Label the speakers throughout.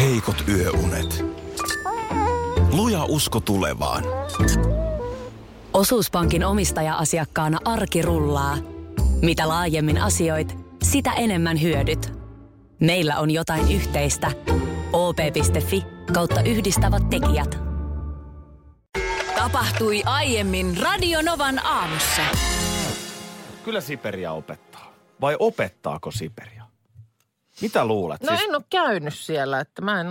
Speaker 1: heikot yöunet. Luja usko tulevaan.
Speaker 2: Osuuspankin omistaja-asiakkaana arki rullaa. Mitä laajemmin asioit, sitä enemmän hyödyt. Meillä on jotain yhteistä. op.fi kautta yhdistävät tekijät.
Speaker 3: Tapahtui aiemmin Radionovan aamussa.
Speaker 4: Kyllä Siperia opettaa. Vai opettaako Siperia? Mitä luulet?
Speaker 5: No siis... en ole käynyt siellä, että mä en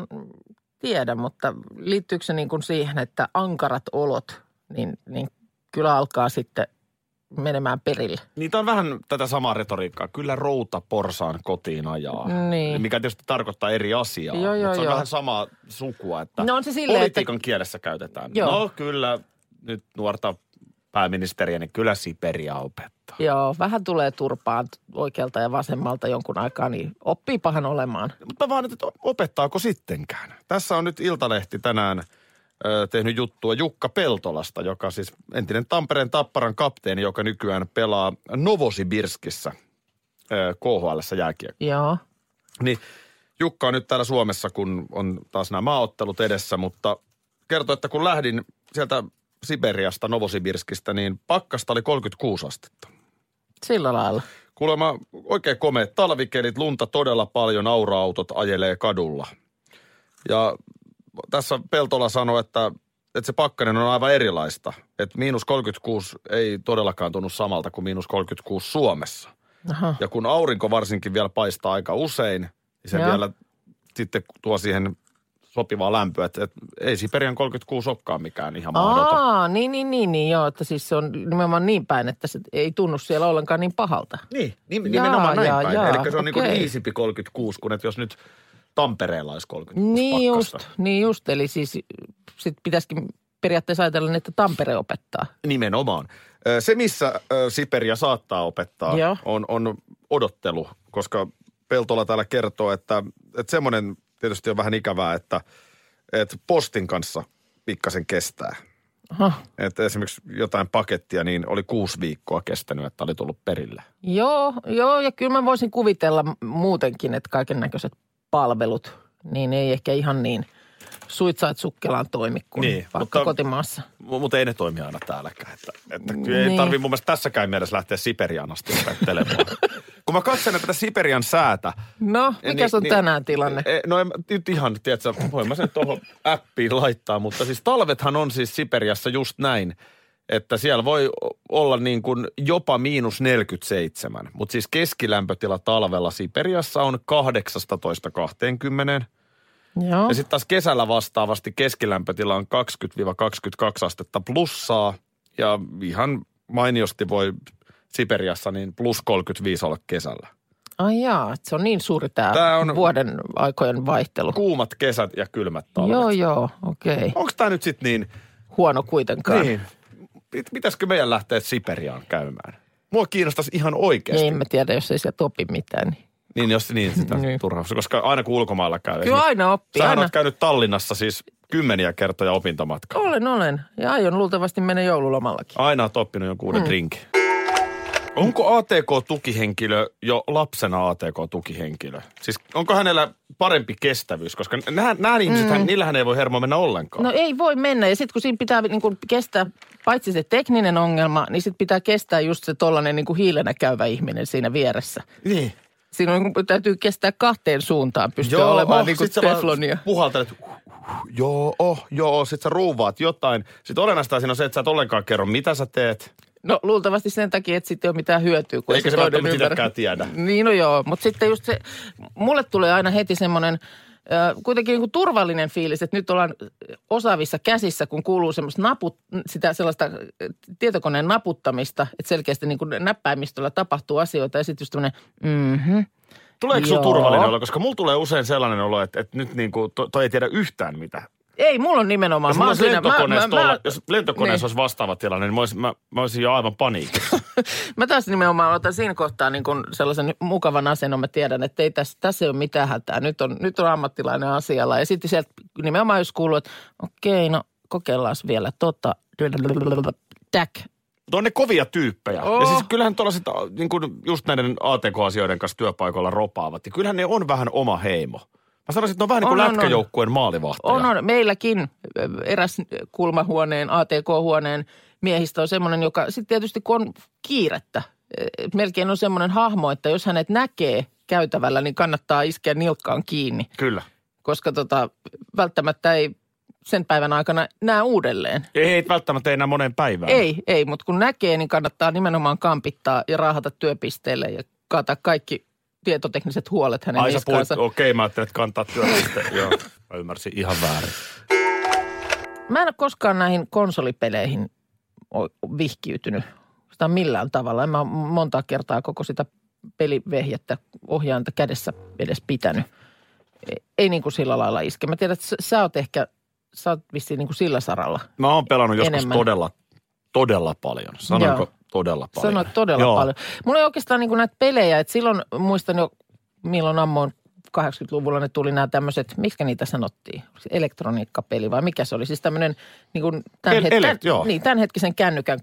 Speaker 5: tiedä, mutta liittyykö se niin kuin siihen, että ankarat olot, niin, niin kyllä alkaa sitten menemään perille.
Speaker 4: Niitä on vähän tätä samaa retoriikkaa. Kyllä routa porsaan kotiin ajaa.
Speaker 5: Niin.
Speaker 4: Mikä tietysti tarkoittaa eri asiaa.
Speaker 5: Joo, joo,
Speaker 4: mutta se on
Speaker 5: joo.
Speaker 4: vähän samaa sukua, että
Speaker 5: No on se silleen, että-
Speaker 4: politiikan kielessä käytetään.
Speaker 5: Joo.
Speaker 4: No kyllä, nyt nuorta pääministeriä, niin kyllä Siperia opettaa.
Speaker 5: Joo, vähän tulee turpaan oikealta ja vasemmalta jonkun aikaa, niin oppii pahan olemaan.
Speaker 4: Mutta vaan, että opettaako sittenkään? Tässä on nyt Iltalehti tänään ö, tehnyt juttua Jukka Peltolasta, joka siis entinen Tampereen Tapparan kapteeni, joka nykyään pelaa Novosibirskissä ö, KHL jääkiekkoa.
Speaker 5: Joo,
Speaker 4: Niin Jukka on nyt täällä Suomessa, kun on taas nämä maaottelut edessä, mutta kertoi, että kun lähdin sieltä Siberiasta, Novosibirskistä, niin pakkasta oli 36 astetta.
Speaker 5: sillä lailla.
Speaker 4: Kuulemma oikein komeet talvikelit, lunta todella paljon, aura-autot ajelee kadulla. Ja tässä Peltola sanoi, että, että se pakkanen on aivan erilaista. Että miinus 36 ei todellakaan tunnu samalta kuin miinus 36 Suomessa.
Speaker 5: Aha.
Speaker 4: Ja kun aurinko varsinkin vielä paistaa aika usein, niin se
Speaker 5: Joo.
Speaker 4: vielä sitten tuo siihen sopivaa lämpöä. Että, että ei Siperian 36 olekaan mikään ihan mahdoton.
Speaker 5: Aa, niin, niin, niin, niin, joo, että siis se on nimenomaan niin päin, että se ei tunnu siellä ollenkaan niin pahalta.
Speaker 4: Niin, nim- nimenomaan näin
Speaker 5: jaa,
Speaker 4: päin.
Speaker 5: jaa,
Speaker 4: Eli se on niin
Speaker 5: okei.
Speaker 4: iisimpi 36, kun että jos nyt Tampereella olisi 36
Speaker 5: Niin
Speaker 4: pakkasta.
Speaker 5: just, niin just, eli siis sit pitäisikin periaatteessa ajatella, niin, että Tampere opettaa.
Speaker 4: Nimenomaan. Ö, Se, missä ö, Siperia saattaa opettaa,
Speaker 5: Joo.
Speaker 4: on, on odottelu, koska Peltola täällä kertoo, että, että semmoinen tietysti on vähän ikävää, että, että postin kanssa pikkasen kestää.
Speaker 5: Aha.
Speaker 4: Että esimerkiksi jotain pakettia, niin oli kuusi viikkoa kestänyt, että oli tullut perille.
Speaker 5: Joo, joo, ja kyllä mä voisin kuvitella m- muutenkin, että kaiken näköiset palvelut, niin ei ehkä ihan niin suitsaat sukkelaan toimi kuin
Speaker 4: Niin,
Speaker 5: niin, vaikka
Speaker 4: mutta-
Speaker 5: mutta... kotimaassa.
Speaker 4: Mutta ei ne toimi aina täälläkään. Että, että kyllä ei
Speaker 5: Niin.
Speaker 4: tarvi mun mielestä tässäkään mielessä lähteä Siperiaan asti opettelemaan. Kun mä katson tätä Siperian säätä,
Speaker 5: No, mikä niin, on niin, tänään tilanne?
Speaker 4: E, No en, mä- nyt ihan, tiedätkö, voin mä sen tuohon appiin laittaa, mutta siis talvethan on siis Siperiassa just näin, että siellä voi o- olla niin kuin jopa miinus 47, mutta siis keskilämpötila talvella Siperiassa on 18-20.
Speaker 5: joo,
Speaker 4: e- Ja sitten taas kesällä vastaavasti keskilämpötila on 20-22 astetta plussaa ja ihan mainiosti voi Siperiassa niin plus 35 olla kesällä.
Speaker 5: ai jaa, että se on niin suuri tämä,
Speaker 4: Tää
Speaker 5: tää
Speaker 4: on-
Speaker 5: on... vuoden aikojen vaihtelu.
Speaker 4: Kuumat kesät ja kylmät talvet.
Speaker 5: Joo, joo, okei. Okay.
Speaker 4: Onko tämä nyt sitten niin,
Speaker 5: Huono kuitenkaan.
Speaker 4: niin, pit- pitäisikö meidän lähteä Siperiaan käymään? Mua kiinnostaisi ihan oikeasti.
Speaker 5: Niin, en mä tiedä, jos ei sieltä opi mitään. Niin.
Speaker 4: Niin, jos niin sitä niin.
Speaker 5: Niin.
Speaker 4: turhaa, koska aina kun ulkomailla käy.
Speaker 5: Kyllä aina oppii,
Speaker 4: Sähän
Speaker 5: aina.
Speaker 4: oot käynyt Tallinnassa siis kymmeniä kertoja opintomatkaa.
Speaker 5: Olen, olen. Ja aion luultavasti mennä joululomallakin.
Speaker 4: Aina oot oppinut jonkun uuden mm. drinkin. Onko ATK-tukihenkilö jo lapsena ATK-tukihenkilö? Siis onko hänellä parempi kestävyys? Koska nämä, nämä ihmiset, mm. niillähän ei voi hermo mennä ollenkaan.
Speaker 5: No ei voi mennä. Ja sitten kun siinä pitää niin kuin kestää paitsi se tekninen ongelma, niin sitten pitää kestää just se tollainen niin kuin hiilenä käyvä ihminen siinä vieressä.
Speaker 4: niin.
Speaker 5: Siinä on, niin kuin, täytyy kestää kahteen suuntaan pystyä
Speaker 4: Joo,
Speaker 5: olemaan
Speaker 4: oh,
Speaker 5: niin kuin
Speaker 4: sit sä vaan
Speaker 5: teflonia.
Speaker 4: Puhaltelet, huh, huh, joo, oh, joo, sit sä ruuvaat jotain. Sit olennaista siinä on se, että sä et ollenkaan kerro, mitä sä teet.
Speaker 5: No luultavasti sen takia, että sitten ei ole mitään hyötyä. Kun ei
Speaker 4: Eikä se
Speaker 5: toinen
Speaker 4: välttämättä
Speaker 5: ymmärrä.
Speaker 4: itsekään tiedä.
Speaker 5: Niin no joo, mutta sitten just se, mulle tulee aina heti semmoinen ö, kuitenkin niin kuin turvallinen fiilis, että nyt ollaan osaavissa käsissä, kun kuuluu semmoista naput, sitä sellaista ö, tietokoneen naputtamista, että selkeästi niin kuin näppäimistöllä tapahtuu asioita ja sitten just tämmöinen, mhm,
Speaker 4: Tuleeko sun
Speaker 5: Joo.
Speaker 4: turvallinen olo? Koska mulla tulee usein sellainen olo, että, että nyt niinku, to, toi ei tiedä yhtään mitä.
Speaker 5: ei, mulla on nimenomaan.
Speaker 4: Jos, mä olisi
Speaker 5: oon siinä-
Speaker 4: lentokoneessa, mä, mä, jos lentokoneessa
Speaker 5: niin.
Speaker 4: olisi vastaava tilanne, niin mä olisin, mä, mä olisin jo aivan paniikissa.
Speaker 5: Mä taas nimenomaan otan siinä kohtaa niin kuin sellaisen mukavan asennon. Mä tiedän, että ei tässä, tässä ei ole mitään hätää. Nyt on, nyt on ammattilainen asialla. Ja sitten sieltä nimenomaan jos kuuluu, että okei, no kokeillaan vielä tota. Täk.
Speaker 4: Mutta on ne kovia tyyppejä. Oh. Ja
Speaker 5: Oh.
Speaker 4: siis kyllähän tuollaiset a, niin kuin just näiden ATK-asioiden kanssa työpaikoilla ropaavat. Ja kyllähän ne on vähän oma heimo. Mä sanoisin, että ne on vähän niin kuin
Speaker 5: On, on, on.
Speaker 4: lätkäjoukkueen maalivahteja.
Speaker 5: On, on. Meilläkin ö, eräs kulmahuoneen, ATK-huoneen miehistä on semmoinen, joka sitten tietysti kun on kiirettä, ö, melkein on semmoinen hahmo, että jos hänet näkee käytävällä, niin kannattaa iskeä nilkkaan kiinni,
Speaker 4: Kyllä.
Speaker 5: koska tota, välttämättä ei sen päivän aikana näe uudelleen.
Speaker 4: Ei, ei välttämättä enää moneen päivään.
Speaker 5: Ei, ei, mutta kun näkee, niin kannattaa nimenomaan kampittaa ja raahata työpisteelle ja kaataa kaikki tietotekniset huolet hänen
Speaker 4: Ai sä puhut,
Speaker 5: niskaansa.
Speaker 4: okei mä ajattelin, että kantaa työpiste. Joo, mä ymmärsin ihan väärin.
Speaker 5: Mä en ole koskaan näihin konsolipeleihin o- vihkiytynyt sitä millään tavalla. En mä monta kertaa koko sitä pelivehjettä ohjainta kädessä edes pitänyt. E- Ei niin kuin sillä lailla iske. Mä tiedän, että sä- sä oot ehkä, sä oot vissiin niin kuin sillä saralla.
Speaker 4: Mä oon pelannut joskus
Speaker 5: Enemmän.
Speaker 4: todella, todella paljon. Sanonko
Speaker 5: Joo.
Speaker 4: todella paljon?
Speaker 5: Sanoit todella
Speaker 4: Joo.
Speaker 5: paljon. Mulla ei oikeastaan niin kuin näitä pelejä, että silloin muistan jo, milloin ammoin 80-luvulla ne tuli nämä tämmöiset, miksi niitä sanottiin? Oliko se Elektroniikkapeli vai mikä se oli? Siis tämmöinen niin kuin tämän,
Speaker 4: El-
Speaker 5: hetken,
Speaker 4: ele- joo.
Speaker 5: niin, tämän hetkisen kännykän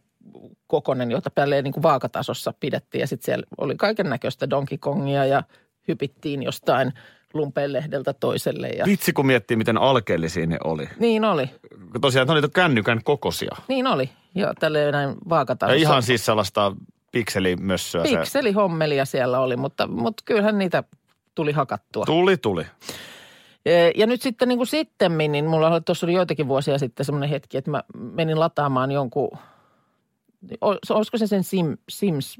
Speaker 5: kokonen, jota tälleen niin kuin vaakatasossa pidettiin. Ja sitten siellä oli kaiken näköistä Donkey Kongia ja hypittiin jostain lumpeen lehdeltä toiselle. Ja...
Speaker 4: Vitsi, kun miettii, miten alkeellisia ne oli.
Speaker 5: Niin oli,
Speaker 4: Kun Tosiaan, ne oli tuon kännykän kokoisia.
Speaker 5: niin oli. Ja tälleen näin
Speaker 4: Ja
Speaker 5: vaakatasossa.
Speaker 4: ihan siis sellaista pikselimössöä. se-
Speaker 5: Pikselihommelia siellä oli, mutta, mutta kyllähän niitä tuli hakattua.
Speaker 4: Tuli, tuli.
Speaker 5: Ee, Ja nyt sitten niin kuin sittemmin, niin mulla oli, tuossa oli joitakin vuosia sitten semmoinen hetki, että mä menin lataamaan jonkun, o- olisiko se sen Sim, Sims,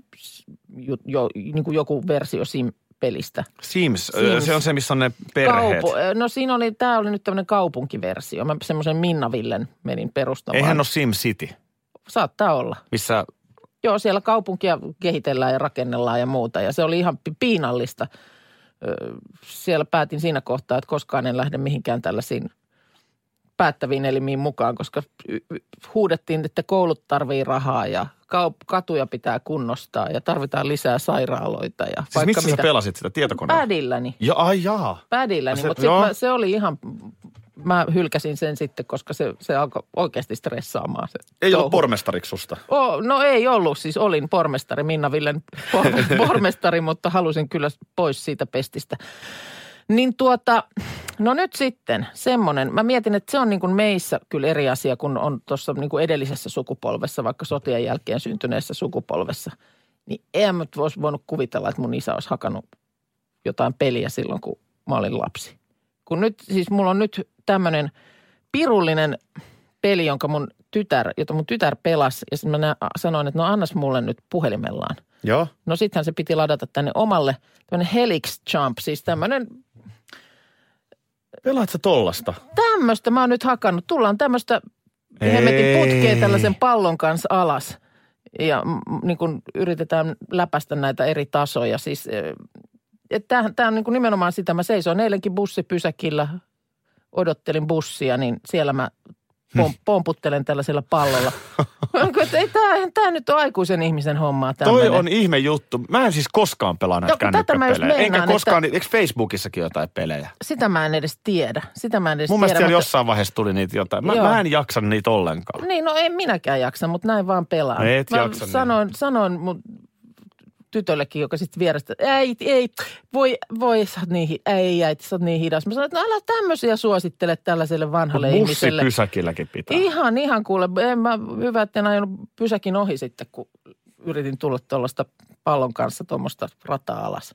Speaker 5: ju- jo, niin kuin joku versio Sim-pelistä.
Speaker 4: Sims,
Speaker 5: Sims.
Speaker 4: Sims, se on se, missä on ne perheet.
Speaker 5: Kaupu- eh, no siinä oli, tämä oli nyt tämmöinen kaupunkiversio. Mä semmoisen Minna Villen menin perustamaan.
Speaker 4: Eihän ole Sim City,
Speaker 5: Saattaa olla.
Speaker 4: missä siis
Speaker 5: Joo, siellä kaupunkia kehitellään ja rakennellaan ja muuta. Ja se oli ihan pi- piinallista. Ö, Siellä päätin siinä kohtaa, että koskaan en lähde mihinkään tällaisiin päättäviin elimiin mukaan, koska y- y- huudettiin, että koulut tarvii rahaa ja kaup- katuja pitää kunnostaa ja tarvitaan lisää sairaaloita. Ja
Speaker 4: Siis missä sä pelasit sitä tietokoneella?
Speaker 5: Pädilläni.
Speaker 4: Ja, ai jaa.
Speaker 5: Pädilläni,
Speaker 4: Se-
Speaker 5: mutta sit
Speaker 4: joo.
Speaker 5: mä, se oli ihan, mä hylkäsin sen sitten, koska se, se alkoi oikeasti stressaamaan. Se
Speaker 4: Ei ollut
Speaker 5: touhu.
Speaker 4: pormestariksi susta.
Speaker 5: Oh, no ei ollut, siis olin pormestari, Minna Villen por- pormestari, mutta halusin kyllä pois siitä pestistä. Niin tuota, no nyt sitten semmoinen. Mä mietin, että se on niin kuin meissä kyllä eri asia kuin on tuossa niin kuin edellisessä sukupolvessa, vaikka sotien jälkeen syntyneessä sukupolvessa. Niin en mä nyt vois voinut kuvitella, että mun isä olisi hakannut jotain peliä silloin, kun mä olin lapsi. Kun nyt, siis mulla on nyt tämmöinen pirullinen peli, jonka mun tytär, jota mun tytär pelasi. Ja sitten mä nä- sanoin, että no annas mulle nyt puhelimellaan.
Speaker 4: Joo.
Speaker 5: No sittenhän se piti ladata tänne omalle, tämmöinen Helix Jump, siis tämmöinen,
Speaker 4: Pelaat sä tollasta?
Speaker 5: tämmöistä mä oon nyt hakannut. Tullaan tämmöistä hemmetin
Speaker 4: Ei.
Speaker 5: putkea tällaisen pallon kanssa alas. Ja mm, niin kun yritetään läpäistä näitä eri tasoja. Siis, tämä on niin kun nimenomaan sitä, mä seisoin eilenkin bussipysäkillä, odottelin bussia, niin siellä mä pom- pomputtelen tällaisella pallolla. Mä oon, että ei tämä nyt ole aikuisen ihmisen hommaa tämmöinen.
Speaker 4: Toi on ihme juttu. Mä en siis koskaan pelaa näitä
Speaker 5: Joo, kun tätä mä just
Speaker 4: kännykkäpelejä. Enkä
Speaker 5: meinaan,
Speaker 4: koskaan, että... eikö Facebookissakin jotain pelejä?
Speaker 5: Sitä mä en edes tiedä. Sitä mä en edes
Speaker 4: Mun
Speaker 5: tiedä.
Speaker 4: mielestä siellä
Speaker 5: mutta-
Speaker 4: jossain vaiheessa tuli niitä jotain. Mä,
Speaker 5: Joo.
Speaker 4: mä en jaksa niitä ollenkaan.
Speaker 5: Niin, no en minäkään jaksa, mutta näin vaan pelaan.
Speaker 4: No et
Speaker 5: mä
Speaker 4: jaksa niin.
Speaker 5: sanoin, sanoin mun tytöllekin, joka sitten vierestä, ei, ei, voi, voi, sä oot niin, hi- ei, äiti, sä oot niin hidas. Mä sanoin, että no älä tämmöisiä suosittele tällaiselle vanhalle ihmiselle.
Speaker 4: Bussipysäkilläkin pitää.
Speaker 5: Ihan, ihan kuule. En mä, hyvä, että en ajanut pysäkin ohi sitten, kun yritin tulla tuollaista pallon kanssa tuommoista rataa alas.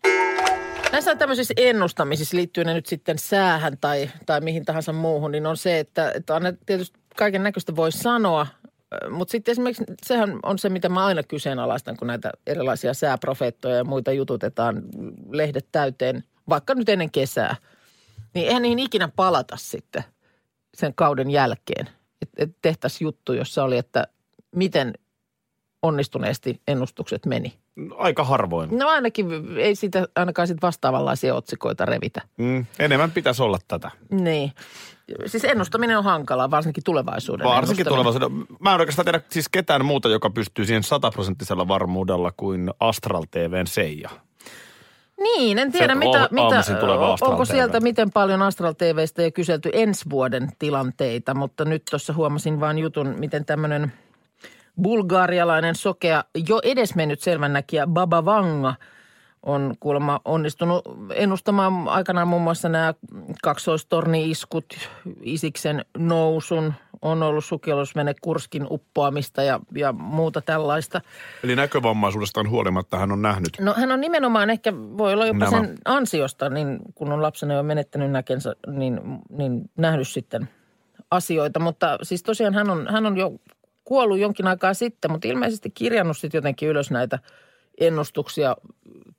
Speaker 5: Näissä tämmöisissä ennustamisissa liittyy ne nyt sitten säähän tai, tai mihin tahansa muuhun, niin on se, että, että aina tietysti kaiken näköistä voi sanoa, mutta sitten esimerkiksi sehän on se, mitä mä aina kyseenalaistan, kun näitä erilaisia sääprofeettoja ja muita jututetaan lehdet täyteen, vaikka nyt ennen kesää. Niin eihän niihin ikinä palata sitten sen kauden jälkeen. Että et tehtäisiin juttu, jossa oli, että miten onnistuneesti ennustukset meni.
Speaker 4: Aika harvoin.
Speaker 5: No ainakin ei siitä ainakaan sit vastaavanlaisia otsikoita revitä.
Speaker 4: Mm. Enemmän pitäisi olla tätä.
Speaker 5: Niin. Siis ennustaminen on hankalaa, varsinkin tulevaisuuden
Speaker 4: Varsinkin
Speaker 5: ennustaminen.
Speaker 4: tulevaisuuden. Mä en oikeastaan tiedä siis ketään muuta, joka pystyy siihen sataprosenttisella varmuudella kuin Astral TVn Seija.
Speaker 5: Niin, en tiedä
Speaker 4: Se
Speaker 5: mitä,
Speaker 4: aam-
Speaker 5: mitä
Speaker 4: aamuisin tuleva Astral
Speaker 5: onko
Speaker 4: TV.
Speaker 5: sieltä miten paljon Astral TVstä ei kyselty ensi vuoden tilanteita, mutta nyt tuossa huomasin vain jutun, miten tämmöinen bulgaarialainen sokea, jo edesmennyt selvänäkijä Baba Vanga on kuulemma onnistunut ennustamaan aikanaan muun muassa nämä kaksoistorni-iskut, Isiksen nousun, on ollut sukellusvene Kurskin uppoamista ja, ja muuta tällaista.
Speaker 6: Eli näkövammaisuudestaan huolimatta hän on nähnyt.
Speaker 5: No hän on nimenomaan ehkä, voi olla jopa
Speaker 6: Nämä.
Speaker 5: sen ansiosta, niin kun on lapsena jo menettänyt näkensä, niin, niin nähnyt sitten asioita. Mutta siis tosiaan hän on, hän on jo kuollut jonkin aikaa sitten, mutta ilmeisesti kirjannut sitten jotenkin ylös näitä ennustuksia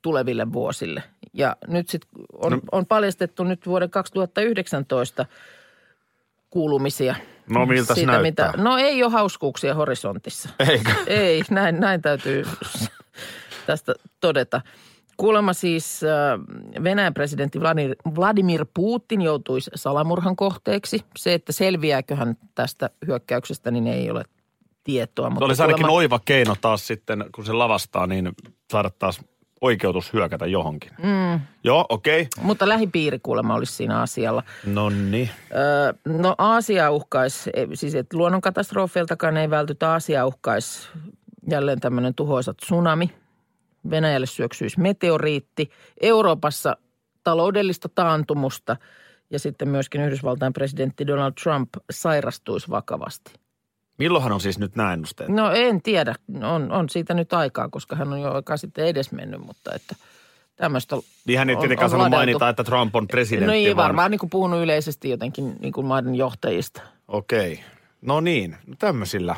Speaker 5: tuleville vuosille. Ja nyt sitten on, no. on paljastettu nyt vuoden 2019 kuulumisia.
Speaker 6: No, miltäs näyttää?
Speaker 5: Mitä, no ei ole hauskuuksia horisontissa.
Speaker 6: Eikö?
Speaker 5: Ei, näin, näin täytyy tästä todeta. Kuulemma siis äh, Venäjän presidentti Vladimir- Vladimir Putin joutuisi salamurhan kohteeksi. Se, että selviääkö hän tästä hyökkäyksestä, niin ei ole tietoa.
Speaker 4: Se
Speaker 5: Mutta
Speaker 4: olisi ainakin oiva keino taas sitten, kun se lavastaa, niin saada taas oikeutus hyökätä johonkin.
Speaker 5: Mm.
Speaker 6: Joo, okei. Okay.
Speaker 5: mutta lähipiiri kuulemma olisi siinä asialla.
Speaker 4: No niin.
Speaker 5: Öö, no Aasia uhkaisi, ei- siis että luonnonkatastrofeiltakaan ei vältytä. Aasia uhkaisi jälleen tämmöinen tuhoisa tsunami. Venäjälle syöksyisi meteoriitti. Euroopassa taloudellista taantumusta ja sitten myöskin Yhdysvaltain presidentti Donald Trump sairastuisi vakavasti.
Speaker 4: Milloinhan on siis nyt nämä ennusteet?
Speaker 5: No en tiedä, on, on siitä nyt aikaa, koska hän on jo aikaa sitten edesmennyt, mutta että tämmöistä
Speaker 4: Niin hän ei
Speaker 5: on-
Speaker 4: tietenkään
Speaker 5: on
Speaker 4: saanut
Speaker 5: ladeltu.
Speaker 4: mainita, että Trump on presidentti.
Speaker 5: No ei
Speaker 4: vaan-
Speaker 5: varmaan niin kuin puhunut yleisesti jotenkin niin kuin maiden johtajista.
Speaker 4: Okei. No niin, no tämmöisillä.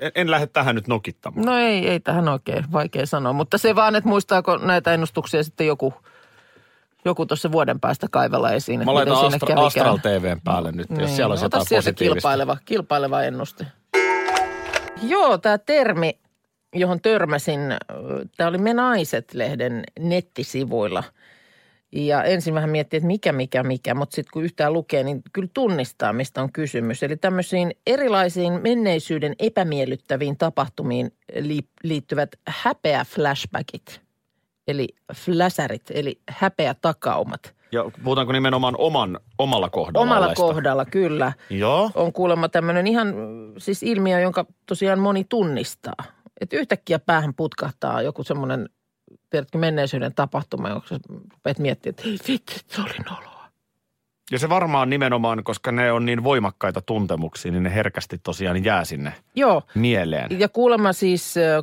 Speaker 4: En, en lähde tähän nyt nokittamaan.
Speaker 5: No ei, ei tähän oikein vaikea sanoa, mutta se vaan, että muistaako näitä ennustuksia sitten joku, joku tuossa vuoden päästä kaivella esiin. että
Speaker 4: Mä laitan
Speaker 5: miten siinä
Speaker 4: Astra,
Speaker 5: kävikään. Niin,
Speaker 4: Astral TVn päälle nyt, jos siellä olisi
Speaker 5: ota
Speaker 4: jotain
Speaker 5: sieltä
Speaker 4: positiivista.
Speaker 5: kilpaileva, kilpaileva ennuste. Joo, tämä termi, johon törmäsin, tämä oli Me Naiset-lehden nettisivuilla. Ja ensin vähän miettii, että mikä, mikä, mikä, mutta sitten kun yhtään lukee, niin kyllä tunnistaa, mistä on kysymys. Eli tämmöisiin erilaisiin menneisyyden epämiellyttäviin tapahtumiin li- liittyvät häpeä-flashbackit, eli fläsärit, eli häpeätakaumat.
Speaker 4: Ja puhutaanko nimenomaan oman, omalla kohdalla?
Speaker 5: Omalla
Speaker 4: olleista?
Speaker 5: kohdalla, kyllä
Speaker 4: Joo.
Speaker 5: on kuulemma tämmöinen ihan mm, siis ilmiö, jonka tosiaan moni tunnistaa. Että yhtäkkiä päähän putkahtaa joku semmoinen, tiedätkö, menneisyyden tapahtuma, jossa rupeat miettimään, että ei vittu, se oli noloa.
Speaker 4: Ja se varmaan nimenomaan, koska ne on niin voimakkaita tuntemuksia, niin ne herkästi tosiaan jää sinne
Speaker 5: Joo,
Speaker 4: mieleen.
Speaker 5: ja kuulemma siis, ö,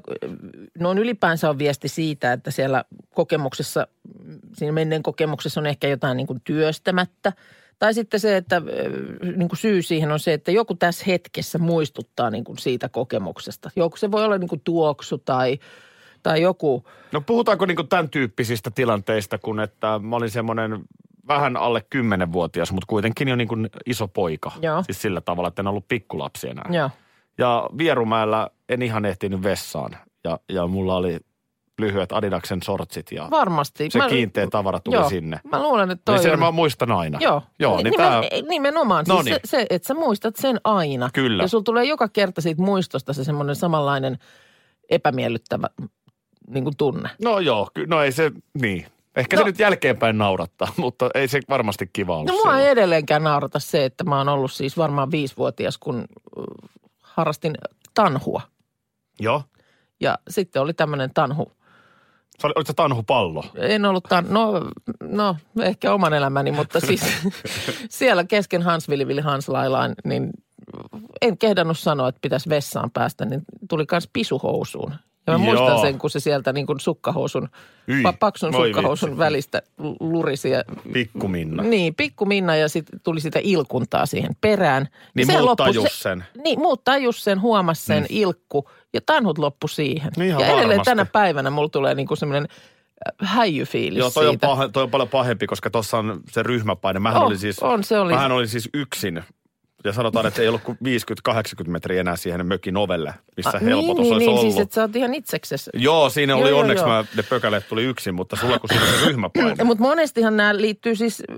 Speaker 5: noin ylipäänsä on viesti siitä, että siellä kokemuksessa, siinä menneen kokemuksessa on ehkä jotain niin kuin työstämättä. Tai sitten se, että ö, niin kuin syy siihen on se, että joku tässä hetkessä muistuttaa niin kuin siitä kokemuksesta. Joku se voi olla niin kuin tuoksu tai, tai joku –
Speaker 4: No puhutaanko niinku tämän tyyppisistä tilanteista, kun että mä olin semmoinen vähän alle 10-vuotias, mutta kuitenkin jo niinku iso poika.
Speaker 5: Joo.
Speaker 4: Siis sillä tavalla, että en ollut pikkulapsi enää.
Speaker 5: Joo.
Speaker 4: Ja Vierumäellä en ihan ehtinyt vessaan. Ja, ja mulla oli lyhyet Adidaksen sortsit ja
Speaker 5: Varmasti.
Speaker 4: se kiinteä tavara tuli
Speaker 5: Niin joo,
Speaker 4: sinne.
Speaker 5: Mä luulen, että
Speaker 4: Niin
Speaker 5: toi
Speaker 4: sen
Speaker 5: on.
Speaker 4: mä muistan aina.
Speaker 5: Joo.
Speaker 4: Joo,
Speaker 5: Ni-
Speaker 4: niin
Speaker 5: nimen,
Speaker 4: tää,
Speaker 5: Nimenomaan. Siis
Speaker 4: Noniin.
Speaker 5: se, se, että sä muistat sen aina.
Speaker 4: Kyllä.
Speaker 5: Ja sulla tulee joka kerta siitä muistosta se semmoinen samanlainen epämiellyttävä niin kuin tunne.
Speaker 4: no joo, ky- no ei se, niin. Ehkä
Speaker 5: No.
Speaker 4: se nyt jälkeenpäin naurattaa, mutta ei se varmasti kiva ollut
Speaker 5: No mua ei
Speaker 4: silloin.
Speaker 5: edelleenkään naurata se, että mä oon ollut siis varmaan viisivuotias, kun äh, harrastin tanhua.
Speaker 4: Joo.
Speaker 5: Ja sitten oli tämmöinen tanhu.
Speaker 4: Se oli, olit se tanhupallo?
Speaker 5: En ollut tan... No, no, ehkä oman elämäni, mutta siis siellä kesken Hans Vili Vili Hanslailaan, niin en kehdannut sanoa, että pitäisi vessaan päästä, niin tuli myös pisuhousuun. Ja mä
Speaker 4: Joo.
Speaker 5: muistan sen, kun se sieltä niin kuin sukkahousun,
Speaker 4: Yi,
Speaker 5: pa- paksun
Speaker 4: voi
Speaker 5: sukkahousun
Speaker 4: vitsi. No.
Speaker 5: välistä l- lurisi. Ja,
Speaker 4: Pikkuminna.
Speaker 5: niin, pikku Minna ja sitten tuli sitä ilkuntaa siihen perään. Ja
Speaker 4: Niin
Speaker 5: se
Speaker 4: muut
Speaker 5: loppui-
Speaker 4: tajus
Speaker 5: se-
Speaker 4: sen.
Speaker 5: Niin, muut tajus sen, huomasi sen, ilkku ja tanhut loppu siihen.
Speaker 4: No Mm. ihan
Speaker 5: ja edelleen
Speaker 4: varmasti.
Speaker 5: tänä päivänä mulla tulee niinku semmoinen häijyfiilis
Speaker 4: Joo, toi on,
Speaker 5: siitä.
Speaker 4: paha, toi on paljon pahempi, koska tuossa on se ryhmäpaine. Mähän,
Speaker 5: On,
Speaker 4: olin siis,
Speaker 5: on, se oli.
Speaker 4: mähän olin siis yksin. Ja sanotaan, että ei ollut kuin 50-80 metriä enää siihen mökin ovelle, missä
Speaker 5: Ah,
Speaker 4: helpotus
Speaker 5: niin,
Speaker 4: olisi
Speaker 5: niin,
Speaker 4: ollut.
Speaker 5: siis että sä oot ihan itseksesi.
Speaker 4: Joo, siinä oli
Speaker 5: Joo, joo,
Speaker 4: onneksi
Speaker 5: joo.
Speaker 4: Mä, ne pökäleet tuli yksin, mutta sulla kun siinä oli se ryhmäpaine. niin
Speaker 5: Mutta monestihan nämä liittyy siis äh,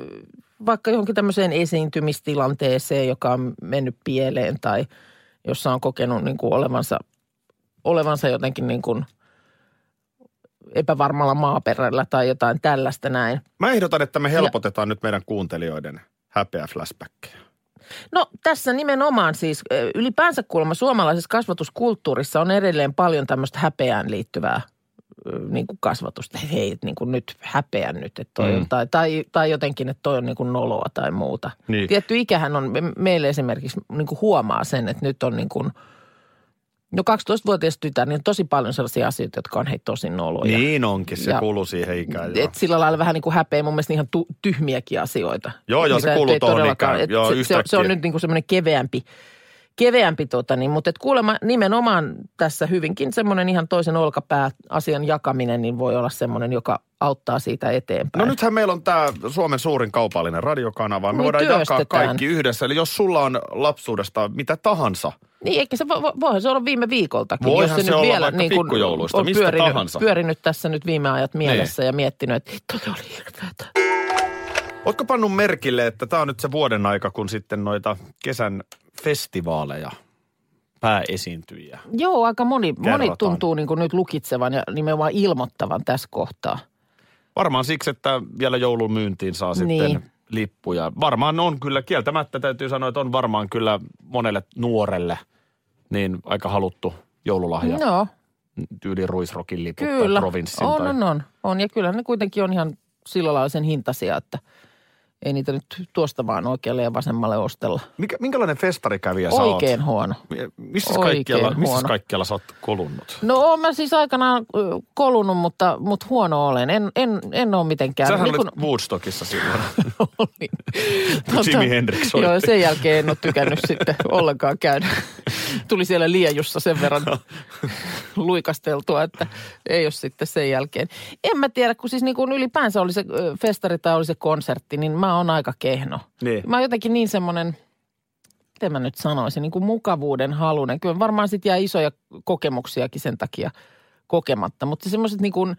Speaker 5: vaikka johonkin tämmöiseen esiintymistilanteeseen, joka on mennyt pieleen tai jossa on kokenut niin kuin olevansa, olevansa jotenkin niin kuin epävarmalla maaperällä tai jotain tällaista näin.
Speaker 4: Mä ehdotan, että me helpotetaan nyt meidän kuuntelijoiden häpeä flashbackia.
Speaker 5: No tässä nimenomaan siis ö, ylipäänsä kuulemma suomalaisessa kasvatuskulttuurissa on edelleen paljon tämmöistä häpeään liittyvää ö, niin kuin kasvatusta, että hei, että niin kuin nyt häpeän nyt, että toi mm. on, tai, tai, tai jotenkin, että toi on niin kuin noloa tai muuta.
Speaker 4: Niin.
Speaker 5: Tietty ikähän on, me- meille esimerkiksi niin kuin huomaa sen, että nyt on niin kuin, no 12-vuotias tytär, niin on tosi paljon sellaisia asioita, jotka on hei tosi noloja.
Speaker 4: Niin onkin, se
Speaker 5: Ja-
Speaker 4: kuuluu siihen ikään. joo.
Speaker 5: Et sillä lailla vähän niin kuin häpeä mun mielestä ihan tu- tyhmiäkin asioita.
Speaker 4: Joo, joo, se
Speaker 5: Mitä nyt
Speaker 4: kuuluu
Speaker 5: ei
Speaker 4: tohon
Speaker 5: todellakaan-
Speaker 4: ikään.
Speaker 5: et
Speaker 4: Joo,
Speaker 5: se- se, on- se,
Speaker 4: yhtäkkiä.
Speaker 5: on nyt niin kuin semmoinen keveämpi, keveämpi tota niin, mutta et kuulemma nimenomaan tässä hyvinkin semmoinen ihan toisen olkapää asian jakaminen, niin voi olla semmoinen, joka auttaa siitä eteenpäin.
Speaker 4: No nythän meillä on tämä Suomen suurin kaupallinen radiokanava. Me
Speaker 5: Niin,
Speaker 4: voidaan jakaa
Speaker 5: työstetään.
Speaker 4: kaikki yhdessä. Eli jos sulla on lapsuudesta mitä tahansa,
Speaker 5: Niin, eikä se, vo, vo- voihan se olla viime viikoltakin.
Speaker 4: Voihan
Speaker 5: jos se,
Speaker 4: se
Speaker 5: nyt
Speaker 4: olla
Speaker 5: vielä,
Speaker 4: vaikka
Speaker 5: niin kun
Speaker 4: pikkujouluista,
Speaker 5: on
Speaker 4: mistä
Speaker 5: pyörinyt,
Speaker 4: tahansa. Niin.
Speaker 5: pyörinyt tässä nyt viime ajat mielessä ja miettinyt, että hitto, se oli hirveätä.
Speaker 4: Ootko pannut merkille, että tämä on nyt se vuoden aika, kun sitten noita kesän festivaaleja, pääesiintyjiä.
Speaker 5: Joo, aika moni, moni
Speaker 4: Kerrotaan.
Speaker 5: tuntuu niin kuin nyt lukitsevan ja nimenomaan ilmoittavan tässä kohtaa.
Speaker 4: Varmaan siksi, että vielä joulun myyntiin saa sitten
Speaker 5: Niin.
Speaker 4: lippuja. Varmaan on kyllä, kieltämättä täytyy sanoa, että on varmaan kyllä monelle nuorelle niin aika haluttu joululahja. No.
Speaker 5: Joo,
Speaker 4: Tyyli ruisrokin liput
Speaker 5: kyllä.
Speaker 4: tai provinssin.
Speaker 5: on,
Speaker 4: tai...
Speaker 5: on, on, on. Ja kyllä ne kuitenkin on ihan sillä lailla sen hintaisia, että ei niitä nyt tuosta vaan oikealle ja vasemmalle ostella.
Speaker 4: Mikä, minkälainen festarikävijä sä oot?
Speaker 5: Oikein huono.
Speaker 4: Missä
Speaker 5: Oikein
Speaker 4: kaikkialla, missäs
Speaker 5: huono.
Speaker 4: kaikkialla sä oot kolunnut?
Speaker 5: No oon mä siis aikanaan ö, kolunut, mutta, mutta huono olen. En, en, en ole mitenkään.
Speaker 4: Sähän
Speaker 5: niin
Speaker 4: olit
Speaker 5: kun-
Speaker 4: Woodstockissa silloin.
Speaker 5: olin.
Speaker 4: Jimi Hendrix soitti.
Speaker 5: Tota, Joo, sen jälkeen en ole tykännyt sitten ollenkaan käydä. Tuli siellä liejussa sen verran luikasteltua, että ei ole sitten sen jälkeen. En mä tiedä, kun siis niin kuin ylipäänsä oli se ö, festari tai oli se konsertti, niin mä oon aika kehno.
Speaker 4: Niin.
Speaker 5: Mä oon jotenkin niin semmoinen, miten mä nyt sanoisin, niin kuin mukavuuden halunen. Kyllä varmaan sit jää isoja kokemuksiakin sen takia kokematta, mutta semmoiset niin kuin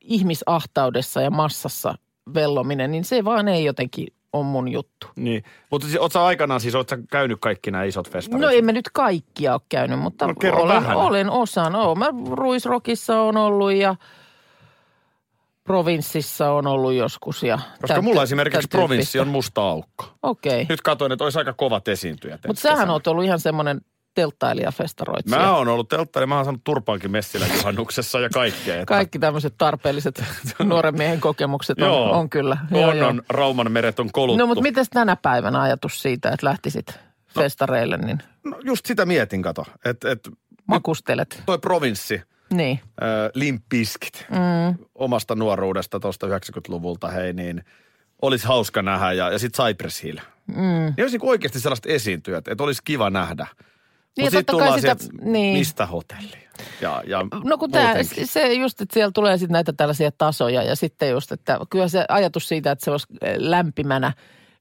Speaker 5: ihmisahtaudessa ja massassa vellominen, niin se vaan ei jotenkin on mun juttu.
Speaker 4: Niin. Mutta siis, oot sä aikanaan siis, oot sä käynyt kaikki nämä isot festarit?
Speaker 5: No ei me nyt kaikkia ole käynyt, mutta
Speaker 4: No kerro
Speaker 5: olen,
Speaker 4: vähän.
Speaker 5: olen osan. Olen. Mä Ruisrokissa on ollut ja provinssissa on ollut joskus. Ja
Speaker 4: Koska
Speaker 5: tän-
Speaker 4: mulla esimerkiksi
Speaker 5: tän
Speaker 4: provinssi
Speaker 5: tyyppistä.
Speaker 4: on musta aukko.
Speaker 5: Okei, okay.
Speaker 4: Nyt katsoin, että olisi aika kovat esiintyjät.
Speaker 5: mutta
Speaker 4: ensi
Speaker 5: sähän
Speaker 4: kesänä.
Speaker 5: oot ollut ihan semmoinen telttailijafestaroitsija.
Speaker 4: Mä oon ollut telttari, mä oon saanut turpaankin messillä juhannuksessa ja kaikkea. Että
Speaker 5: Kaikki tämmöiset tarpeelliset nuoren miehen kokemukset on,
Speaker 4: Joo.
Speaker 5: no, on kyllä.
Speaker 4: On,
Speaker 5: Joo,
Speaker 4: on,
Speaker 5: joo.
Speaker 4: Rauman meret on koluttu.
Speaker 5: No mutta mites tänä päivänä ajatus siitä, että lähtisit festareille, niin
Speaker 4: No, just sitä mietin, kato. Että et,
Speaker 5: makustelet?
Speaker 4: toi provinssi,
Speaker 5: Niin.
Speaker 4: äh, limppiskit mm. omasta nuoruudesta tuosta 90-luvulta, hei niin olisi hauska nähdä ja, ja sitten Cypress Hill. Mm. Niin olisi niinku oikeasti sellaista esiintyjät, että olisi kiva nähdä.
Speaker 5: Niin,
Speaker 4: Mut
Speaker 5: ja
Speaker 4: sit
Speaker 5: totta kai
Speaker 4: tullaan
Speaker 5: sitä-
Speaker 4: siihen, että
Speaker 5: niin.
Speaker 4: mistä hotellia. Ja, ja
Speaker 5: No kun tää,
Speaker 4: muutenkin.
Speaker 5: se just, että siellä tulee sitten näitä tällaisia tasoja ja sitten just, että kyllä se ajatus siitä, että se olisi eh, lämpimänä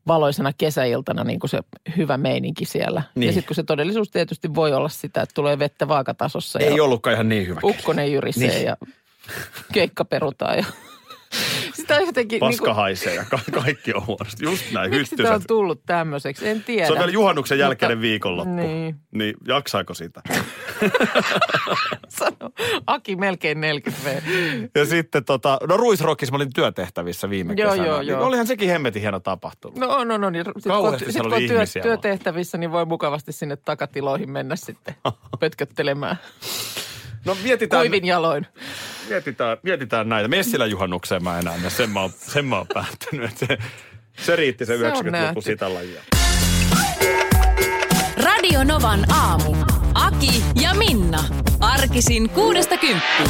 Speaker 5: valoisena kesäiltana niin kuin se hyvä meininki siellä.
Speaker 4: Niin.
Speaker 5: Ja sitten kun se todellisuus tietysti voi olla sitä, että tulee vettä vaakatasossa
Speaker 4: Ei
Speaker 5: ja
Speaker 4: ollutkaan ihan niin hyvä. keli.
Speaker 5: ukkonen jyrisee
Speaker 4: Niin.
Speaker 5: ja keikka perutaan ja sitä jotenkin... niinku-
Speaker 4: Paska haisee ja ka- kaikki on huonosti. Just näin,
Speaker 5: miksi tämä on
Speaker 4: hyttyset.
Speaker 5: tullut tämmöiseksi? En tiedä.
Speaker 4: Se on vielä juhannuksen jälkeinen viikonloppu.
Speaker 5: Niin.
Speaker 4: niin jaksaako sitä?
Speaker 5: Sano, Aki melkein 40 V.
Speaker 4: Ja sitten tota, no Ruisrockissa mä olin työtehtävissä viime
Speaker 5: Joo,
Speaker 4: kesänä.
Speaker 5: joo,
Speaker 4: Niin
Speaker 5: joo.
Speaker 4: Olihan sekin hemmetin hieno tapahtuma.
Speaker 5: No on, on, on. Ja sit
Speaker 4: Kauheasti
Speaker 5: kun, on- sit
Speaker 4: siellä
Speaker 5: kun on
Speaker 4: oli
Speaker 5: työ,
Speaker 4: ihmisiä vaan.
Speaker 5: työtehtävissä, niin voi mukavasti sinne takatiloihin mennä sitten pötköttelemään
Speaker 4: No mietitään,
Speaker 5: kuivin jaloin.
Speaker 4: mietitään, mietitään näitä. Messilä juhannukseen mä enää mene. Sen mä oon, sen mä oon päättänyt. että Se, se riitti se
Speaker 5: on
Speaker 4: 90-luku
Speaker 5: nähty.
Speaker 4: sitä lajia.
Speaker 3: Radio Novan aamu. Aki ja Minna. Arkisin kuudesta kymppiin.